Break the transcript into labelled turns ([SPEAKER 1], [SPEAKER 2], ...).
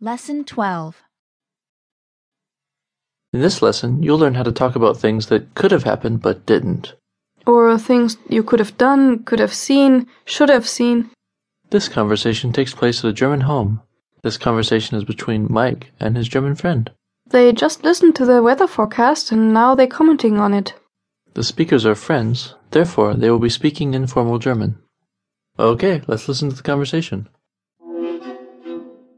[SPEAKER 1] Lesson 12
[SPEAKER 2] In this lesson, you'll learn how to talk about things that could have happened but didn't.
[SPEAKER 3] or things you could have done, could have seen, should have seen.
[SPEAKER 2] This conversation takes place at a German home. This conversation is between Mike and his German friend.
[SPEAKER 3] They just listened to the weather forecast and now they're commenting on it.
[SPEAKER 2] The speakers are friends, therefore, they will be speaking informal German. Okay, let's listen to the conversation.